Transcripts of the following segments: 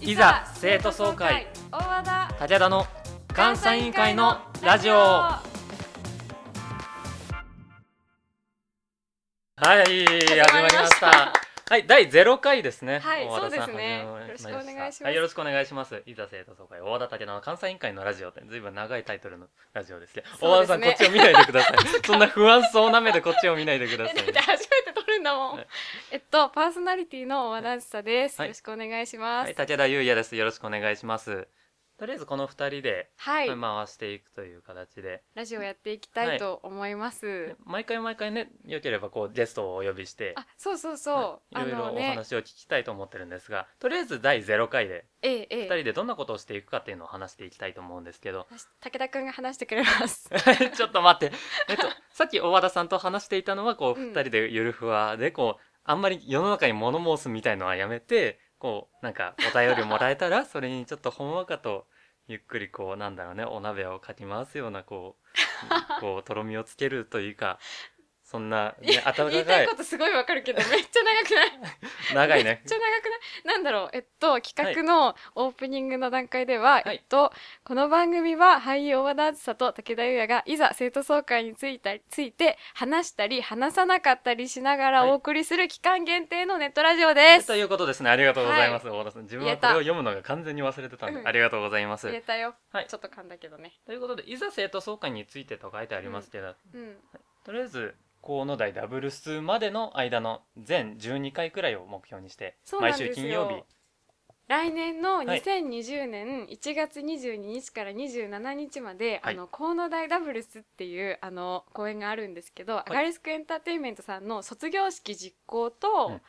いざ生徒総会大和田武田の監査委員会のラジオはい始まりましたはい第0回ですねはい大和田さんそうですねはじめよろしくお願いしますはいよろしくお願いしますいざ生徒総会大和田武田の監査委員会のラジオってずいぶん長いタイトルのラジオですね大そう和で田さすねんこっちを見ないでくだ さいそんな不安そうな目でこっちを見ないでくえだださっいねて 初めて撮るんだもんねえっとパーソナリティの大和田あずさです、はよいろしくお願いしまはすい武田優也ですよろしくお願いしますとりあえずこの二人ではい、回していくという形でラジオやっていきたいと思います、ね毎回毎回ねよければこうゲストをお呼びしてあそうそうそう、はいいろいあろのおね話を聞きたいと思ってるんですが、とりあえず第0回でえええ2え人でどんなことをしていくかっていうのを話していきたいと思うんですけど 武田くんが話してくれますちょっと待って、えっと、さっき大和田さんと話していたのはこううん2人でゆるふわでこうあんまり世の中に物申すみたいのはやめてこうなんかお便りもらえた らそれにちょっとほんわかとゆっくりこうなんだろうねお鍋をかき回すようなこうこうとろみをつけるというかそんな、ね、温言いかたいいことすごいわかるけどめっちゃ長くない長いめねっちゃ長くないなんだろうえっと企画のオープニングの段階では、はいえっとこの番組は俳優大和田あずさと武田優也がいざ生徒総会についたついて話したり話さなかったりしながらはいお送りする期間限定のネットラジオです、ということですね。ありがとうございます。大田さん、自分はこれを言読むのが完全に忘れてたんで、うんありがとうございます入。れたよ、はいちょっと噛んだけどねということで、いざ生徒総会についてと書いてありますけど、うんとりあえず河野台ダブルスまでの間の全12回くらいを目標にして、そうな毎んです週よ金曜日、来年のはい2020年1月22日から27日まで、はいあの河野大ダブルスっていうあの公演があるんですけど、いアガリスクエンターテインメントさんの卒業式実行と、うん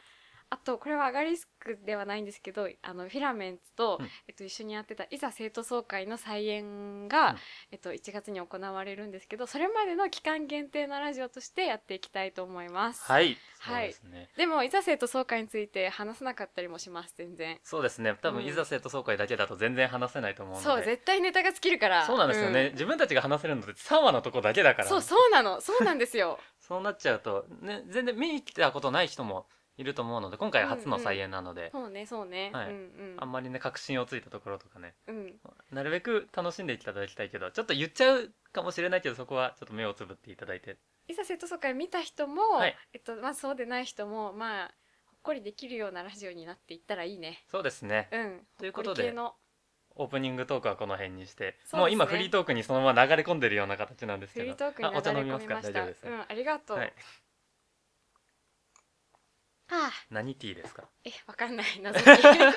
あとこれはアガリスクではないんですけどあのフィラメンツと、うんえっと、一緒にやってたいざ生徒総会の再演が、うんえっと、1月に行われるんですけどそれまでの期間限定のラジオとしてやっていきたいと思います。はい、そうはいですね。でもいざ生徒総会について話さなかったりもします全然。そうですね。多分、うんいざ生徒総会だけだと全然話せないと思うので、そう絶対ネタが尽きるからそうなんですよね、自分たちが話せるのって3話のとこだけだから、そうそうなのそうなんです よそうなっちゃうと、ね、全然見に来たことない人もいると思うので、今回初の再演なので、そうねそうね、はいうんあんまりね確信をついたところとかね。うんうんなるべく楽しんでいただきたいけどちょっと言っちゃうかもしれないけどそこはちょっと目をつぶっていただいていざ生徒総会見た人も、はいえっとまあそうでない人もまあほっこりできるようなラジオになっていったらいいねそうですねうんというほこっことり系でのオープニングトークはこの辺にしてそうですねもう今フリートークにそのまま流れ込んでるような形なんですフけリどートークにあお茶流れ飲込みまみすまかし大た丈夫ですうんありがとう、はい、ああ何ティーですかえわかん ない謎ティー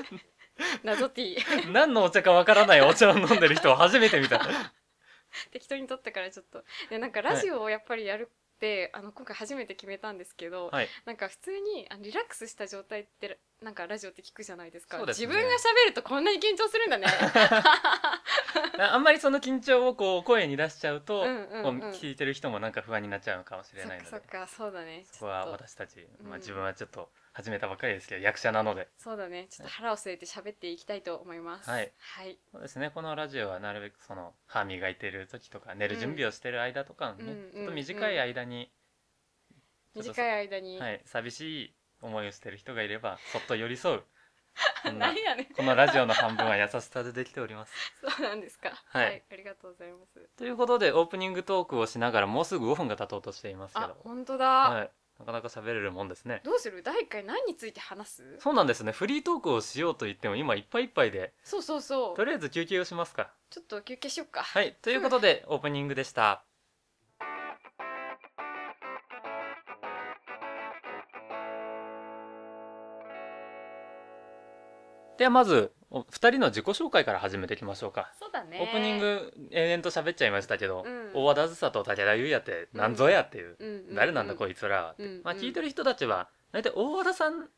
謎ティー何のお茶かわからないお茶を飲んでる人を初めて見た 適当に撮ったからちょっとでなんかラジオをやっぱりやるって、あの今回初めて決めたんですけど、はいなんか普通にあのリラックスした状態ってなんかラジオって聞くじゃないですかそうですね自分が喋るとこんなに緊張するん だねああんまりその緊張をこう声に出しちゃうと、うんうんうんこう聞いてる人もなんか不安になっちゃうかもしそれっないかのでそっかそうだねそこはちょっと私たち、まうあ、ん自分はちょっと始めたばかりですけど、役者なのでそうだねちょっと腹を据えて喋っていきたいと思いますはい、はいそうですねこのラジオはなるべくその歯磨いてる時とか寝る準備をしてる間とかのね、うんちょっと短い間に、ちょっと短い間に、 はい、寂しい思いをしてる人がいればそっと寄り 添うそんな何やねんこのラジオの半分は優しさでできております。そうなんですかはいありがとうございますということでオープニングトークをしながらもうすぐ5分が経とうとしていますけあど、本当だ、はい、なかなか喋れるもんですね。どうする第一回何について話すそうなんですねフリートークをしようと言っても今いっぱいいっぱいでそうそうそうとりあえず休憩をしますか。ちょっと休憩しよっかはい、ということで、オープニングでした。ではまずお二人の自己紹介から始めていきましょうか、そうだねオープニング延々と喋っちゃいましたけど、うん大和田あずさと武田優也って何ぞやっていう、うんうんうん誰なんだこいつらはって、うんうんまあ、聞いてる人たちは大体大和田さん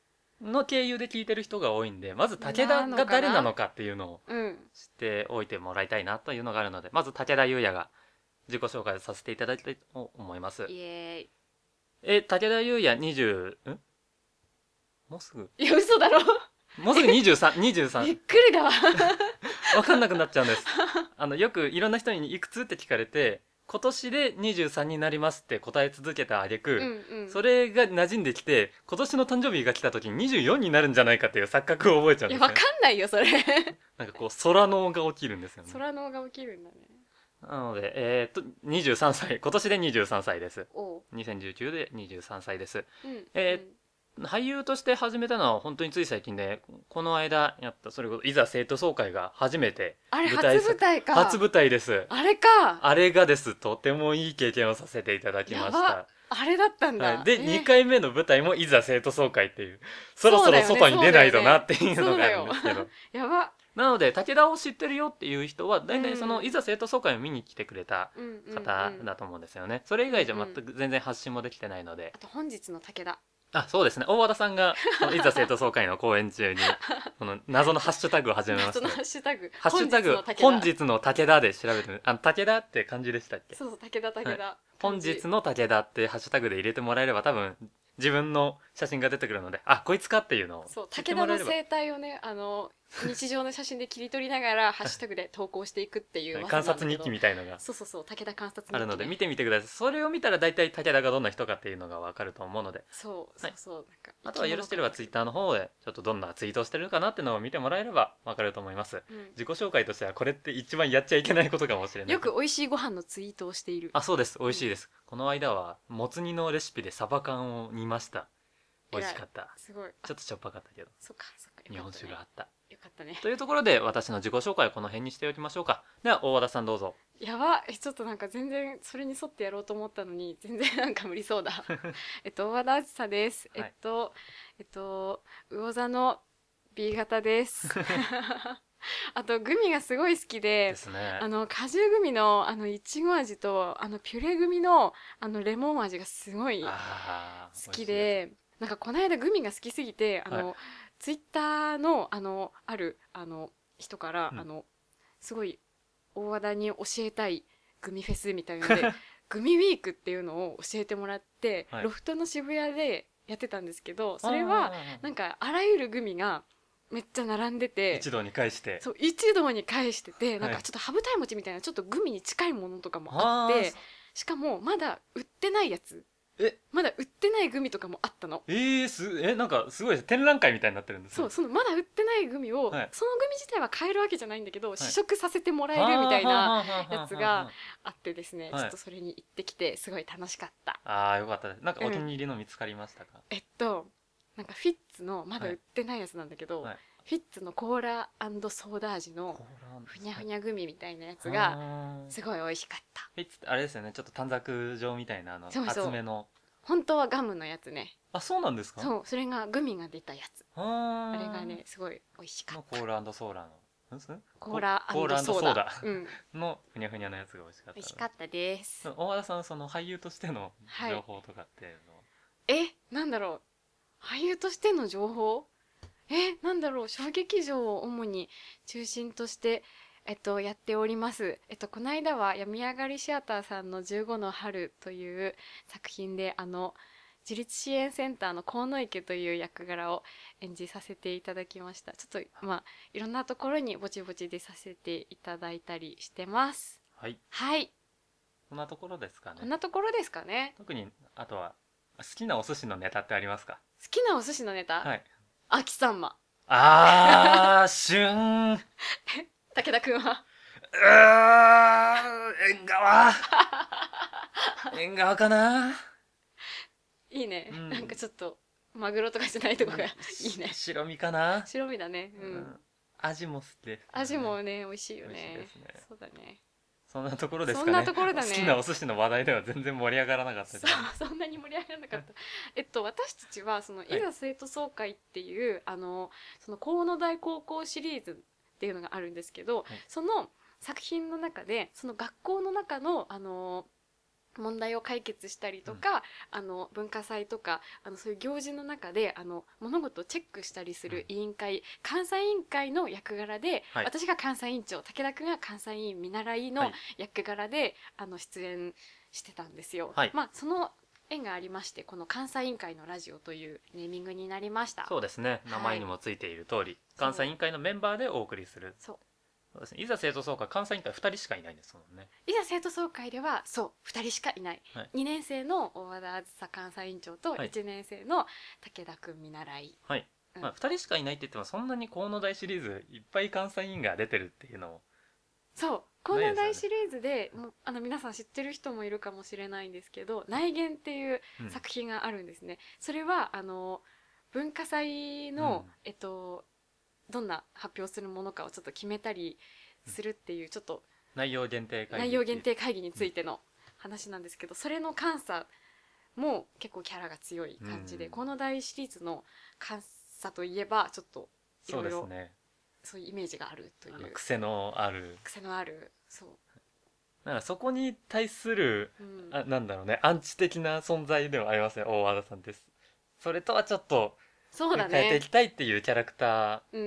の経由で聞いてる人が多いんでまず武田が誰なのかっていうのをうん知っておいてもらいたいなというのがあるのでまず武田優也が自己紹介させていただきたいと思いまイすエーイえ武田優也20んもうすぐいや嘘だろもうすぐ2323びっくりだわわかんなくなっちゃうんですあのよくいろんな人に「いくつ?」って聞かれて今年で23になりますって答え続けた挙句、うんうん、それが馴染んできて今年の誕生日が来た時に24になるんじゃないかっていう錯覚を覚えちゃうんいでやすよわねかんないよそれなんかこう空脳が起きるんですよね空脳が起きるんだねなのでえーっと23歳今年で23歳ですおう、 2019で23歳ですうんえー俳優として始めたのは本当につい最近でこの間やったそれこそいざ生徒総会が初めてあれ舞台初舞台か初舞台ですあれかああれがですとてもいい経験をさせていただきましやたれだったんだ、はい、えで、ー二2回目の舞台もいざ生徒総会っていうそろそろそうだよね外に出ないとなっていうのがあるんですそけうだどよやば、なので武田を知ってるよっていう人は大体その、うんいざ生徒総会を見に来てくれたうんうんうん方だと思うんですよね、それ以外じゃうんうん全く全然発信もできてないので、あと本日の武田あそうですね大和田さんが そのいざ生徒総会の講演中にその謎のハッシュタグを始めましそのたハッシュタグハッシュタグ本日の武田本日の武田で調べてみあの武田って漢字でしたっけそうそう武田武田、本日の武田ってハッシュタグで入れてもらえれば多分自分の写真が出てくるのであこいつかっていうのをそう知って武も田のらえれば生態をねあの日常の写真で切り取りながらハッシュタグで投稿していくっていう観察日記みみたいのがそうそうそう武田観察日記、ね、あるので見てみてくださいそれを見たら大体武田がどんな人かっていうのがわかると思うのでそうそうそう、なんかあとは「許してればツイッターの方でちょっとどんなツイートをしてるかなってのを見てもらえればわかると思いますー、自己紹介としてはこれって一番やっちゃいけないことかもしれう、なんいよく美味しいご飯のツイートをしているあそうです美味しいですこの間はもつ煮のレシピでサバ缶を煮ました美味しかったすごいあちょっとしょっぱかったけどそっかそっか日本酒があったよかったねよかっというところで私の自己紹介はこの辺にしておきましょうかでは大和田さんどうぞたねやばえちょっとなんか全然それに沿ってやろうと思ったのに全然なんか無理 そうだえっと大和田あずさです、はいえっとえっと魚座の B 型です あとグミがすごい好きでですねあの果汁グミのあのいちご味とあのピュレグミのあのレモン味がすごいあー好きでなんかこの間グミが好きすぎてあの、ツイッターのあのあるあの人から、うんあのすごい大和田に教えたいグミフェスみたいなの でグミウィークっていうのを教えてもらって、はいロフトの渋谷でやってたんですけどそ美れ味しいですは あーなんかあらゆるグミがめっちゃ並んでて一堂に会してそう一堂に返しててなんはかいちょっと羽二重餅みたいなちょっとグミに近いものとかもあってーしかもまだ売ってないやつえまだ売ってないグミとかもあったのえー、すえなんかすごいです展覧会みたいになってるんですそねうそのまだ売ってないグミを、はいそのグミ自体は買えるわけじゃないんだけど、い試食させてもらえるみたいなやつがあってですね、はいちょっとそれに行ってきてすごい楽しかったあーよかったですなんかお気に入りの見つかりましたか、えっとなんかフィッツのまだ売ってないやつなんだけど、はいフィッツのコーラソーダ味のこれはふにゃふにゃグミみたいなやつがあーすごい美味しかったフィッツってあれですよねちょっと短冊状みたいなあのそうそう厚めの本当はガムのやつねあそうなんですかそうそれがグミが出たやつああれーがねすごい美味しかのっコたーラソーラのんすコーラコーラソーソーダダうんのふにゃふにゃのやつが美味しかった美で味すしかったです大和田さんその俳優としてのはい情報とかっていうのは、えなんだろう俳優としての情報えなんだろう小劇場を主に中心としてえっとやっておりますえっとこの間は「病み上がりシアターさんの15の春」という作品であの自立支援センターの河野池という役柄を演じさせていただきましたちょっとまあいろんなところにぼちぼちでさせていただいたりしてますはいはいこんなところですかこんねなところですかね特にあとは好きなお寿司のネタってありますか好きなお寿司のネタ、はい秋さんまあー旬う武田くんはー 縁側縁側かないいね、うんなんかちょっとマグロとかじゃないとこがいいね 白身かな、白身だねうん、味も好きです、味もね美味しいよね美味しいですねそうだねそんなところですかねそんなところだね好きなお寿司の話題では全然盛り上がらなかったですそうそんなに盛り上がらなかったえっと私たちはそのいいざ生徒総会っていう、あのその河野大高校シリーズっていうのがあるんですけど、いその作品の中でその学校の中のあの問題を解決したりとか、あの文化祭とかあのそういう行事の中であの物事をチェックしたりする委員会、監査委員会の役柄で、はい私が監査委員長武田君が監査委員見習いはのい役柄で、あの出演してたんですよ。はいまあその縁がありましてこの監査委員会のラジオというネーミングになりました。そうですねはい名前にもついている通り、監査委員会のメンバーでお送りするそうそうですねいざ生徒総会関西委員会2人しかいないんですもんねいざ生徒総会ではそう2人しかいない、はい2年生の大和田あずさ監査委員長とはい1年生の武田君見習い、はい、うんまあ、2人しかいないって言ってもそんなに河野大シリーズいっぱい関西委員が出てるっていうのもそうこのない大ですシリーズでもうあの皆さん知ってる人もいるかもしれないんですけど「内言」っていううん作品があるんですね。それはあの文化祭の、うんえっとどんな発表するものかをちょっと決めたりするっていう、ちょっと内容限定会議内容限定会議についての話なんですけど、それの監査も結構キャラが強い感じで、うんこの大シリーズの監査といえばちょっとそうですいろいねそういうイメージがあるといあのう癖のある癖のあるそう、なんかそこに対するうん、あなんだろうねアンチ的な存在ではありません大和田さんですそれとはちょっとそうだ変えていねき、たいっていうキャラクタうん、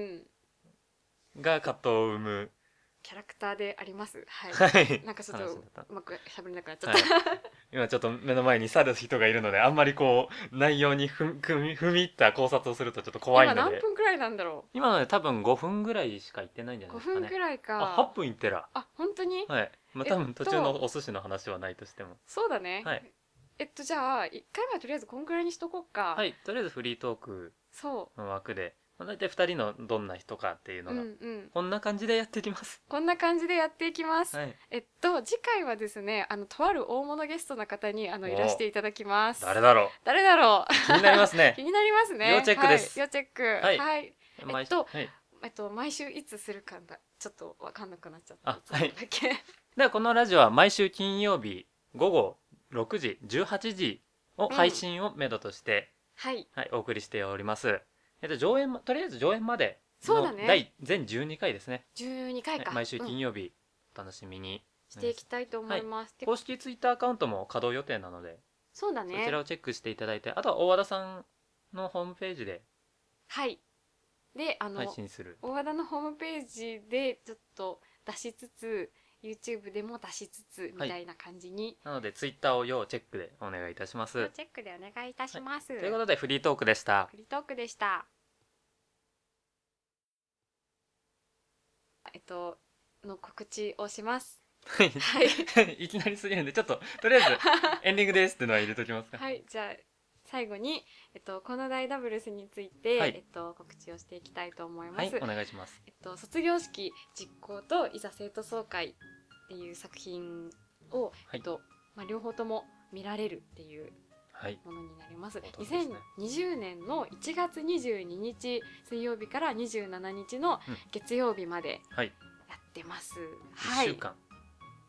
ーが葛藤を生むキャラクターでありますはいはいなんかちょっと話だったうまく喋れなくなっちゃっはいた、、今ちょっと目の前に去る人がいるのであんまりこう内容に踏み踏み踏み入った考察をするとちょっと怖いので今何分くらいなんだろ今ので多分5分ぐらいしか行ってないんじゃうな5いですか分ねくらいかあ8分行ってらあ本当に、はいまえあっと多分途中のお寿司の話はないとしても、そうだね、はいえっとじゃあ1回目はとりあえずこんくらいにしとこうか、はいとりあえずフリートークその枠で、まあ、大体2人のどんな人かっていううのうが、んうんこんな感じでやっていきますこんな感じでやっていきます、はいえっと次回はですねあのとある大物ゲストの方にあのおいらしていただきます誰だろ誰だろう気になりますう 気ねになりますね要チェックですはい、要チェックは、はいいえっとはい、えっと毎週いつするかだちょっとわかんなくなっちゃったあはいつだっけではこのラジオは毎週金曜日午後6時18時を配信をめどとして、はいはい、お送りしております。えっと上演まとりあえず上演までそうだのね第全12回ですね。 12回か、はい毎週うん金曜日お楽しみに。していきたいと思います、て公式ツイッターアカウントも稼働予定なので、そうだそちねらをチェックしていただいて、あとは大和田さんのホームページではいであの、配信する。大和田のホームページでちょっと出しつつ YouTube でも出しつつみたいな感じに、なのでツイッターを要チェックでお願いいたしま要す。チェックでお願いいたします、ということでフリートークでした。フリートークでしたえっとの告知をしますはいはいい きなりすぎるんで、ちょっと とりあえずエンディングですっていうのは入れときますか。はいじゃあ最後に、えっと、この大ダブルスについて、はいえっと、告知をしていきたいと思いまはいす、お願いします。えっと、卒業式実行といざ生徒総会っていう作品を、いえっとまあ、両方とも見られるっていうはい。ものになります。本当ですね2020年の1月22日水曜日から27日のうん月曜日まではい。やってます。一はい、週間。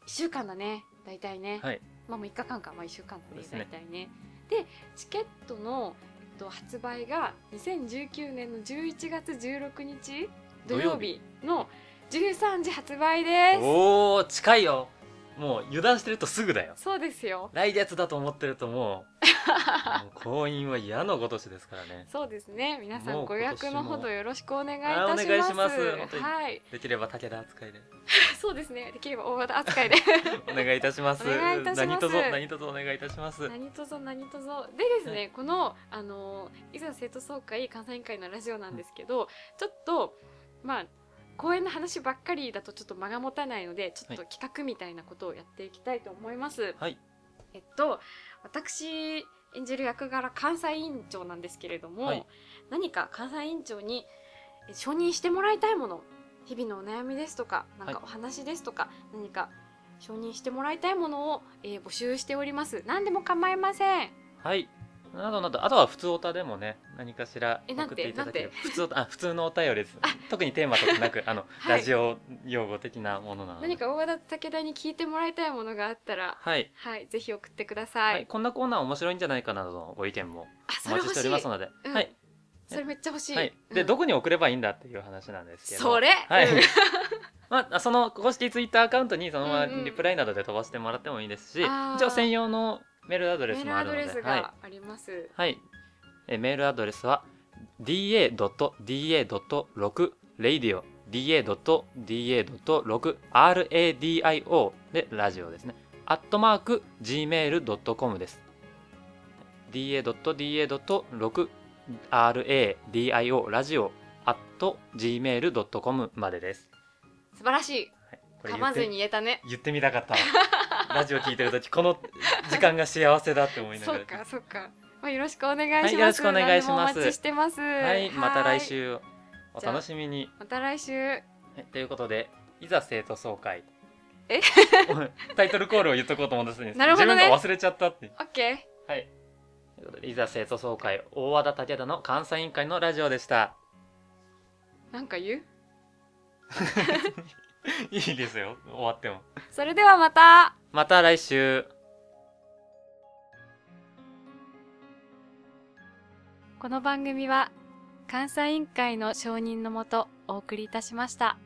一週間だね。大体ね。はい。まあもう一日間か、まあ一週間だそうねです大ね体ね。でチケットのえっと発売が2019年の11月16日土曜日の13時発売でおお近いよもう油断してるとすぐだよす。そうですよ。来月だと思ってるとも うもう婚姻は嫌のごとしですからねそうですね。皆さもんうご予約のほ今年どもよろしくお願いいあーたします。お願いします本当にはい。できれば武田扱いでそうですね。できれば大型扱いで。お願いいたしますお願いいたします何卒何卒お願いいたします何とぞ何とぞ。でですね、この、あの、いざ生徒総会、監査委員会のラジオなんですけど、ちょっと、まあ、公演の話ばっかりだとちょっと間が持たないので、ちょっと企画みたいなことをやっていきたいと思います。はいえっと、私演じる役柄監査委員長なんですけれども、はい何か監査委員長にえ承認してもらいたいもの日々のお悩みですとかなんかはいお話ですとか、何か承認してもらいたいものを、えー募集しております何でも構いませんはいなどなどあとは普通おたでもね何かしらえなん送てっていただければな普通おたあ普通のお便りです特にテーマとかなくあの、はいラジオ用語的なものなので何か大和田武田に聞いてもらいたいものがあったらはい、はいぜひ送ってくだはさいい、こんなコーナー面白いんじゃないかなどのご意見もあおそれ待ち欲ししておりいますので、うんはいそれめっちゃ欲しい、はい、で、うんどこに送ればいいんだっていう話なんですけどそれはい、うん まあその公式ツイッターアカウントにそのまうんうまんリプライなどで飛ばしてもらってもいいですし、あー一応専用のメールアドメレスーもルあアるドのレでスはいがあります、はい、えメールアドレスは da.da.6radio da.da.6radio でラジオですねアットマーク gmail.com です da.da.6radio ラジオ at gmail.com までです素晴らしいこれ噛言まっずてに言えたね言ってみたかったラジオ聞いてる時この時間が幸せだって思いな がそらうかそうか、まあ、よろしくお願いします、はいよろしくお願いし何でますもお待ちしてますはいまた来週おじゃあ楽しみにまた来週はいということでいざ生徒総会え タイトルコールを言っとこうと思うんですねなるほどね自分が忘れちゃったってオッケーはいということでいざ生徒総会大和田武田の監査委員会のラジオ でしたなんか言ういいですよ終わってもそれではまたまた来週この番組は監査委員会の承認のもとお送りいたしました。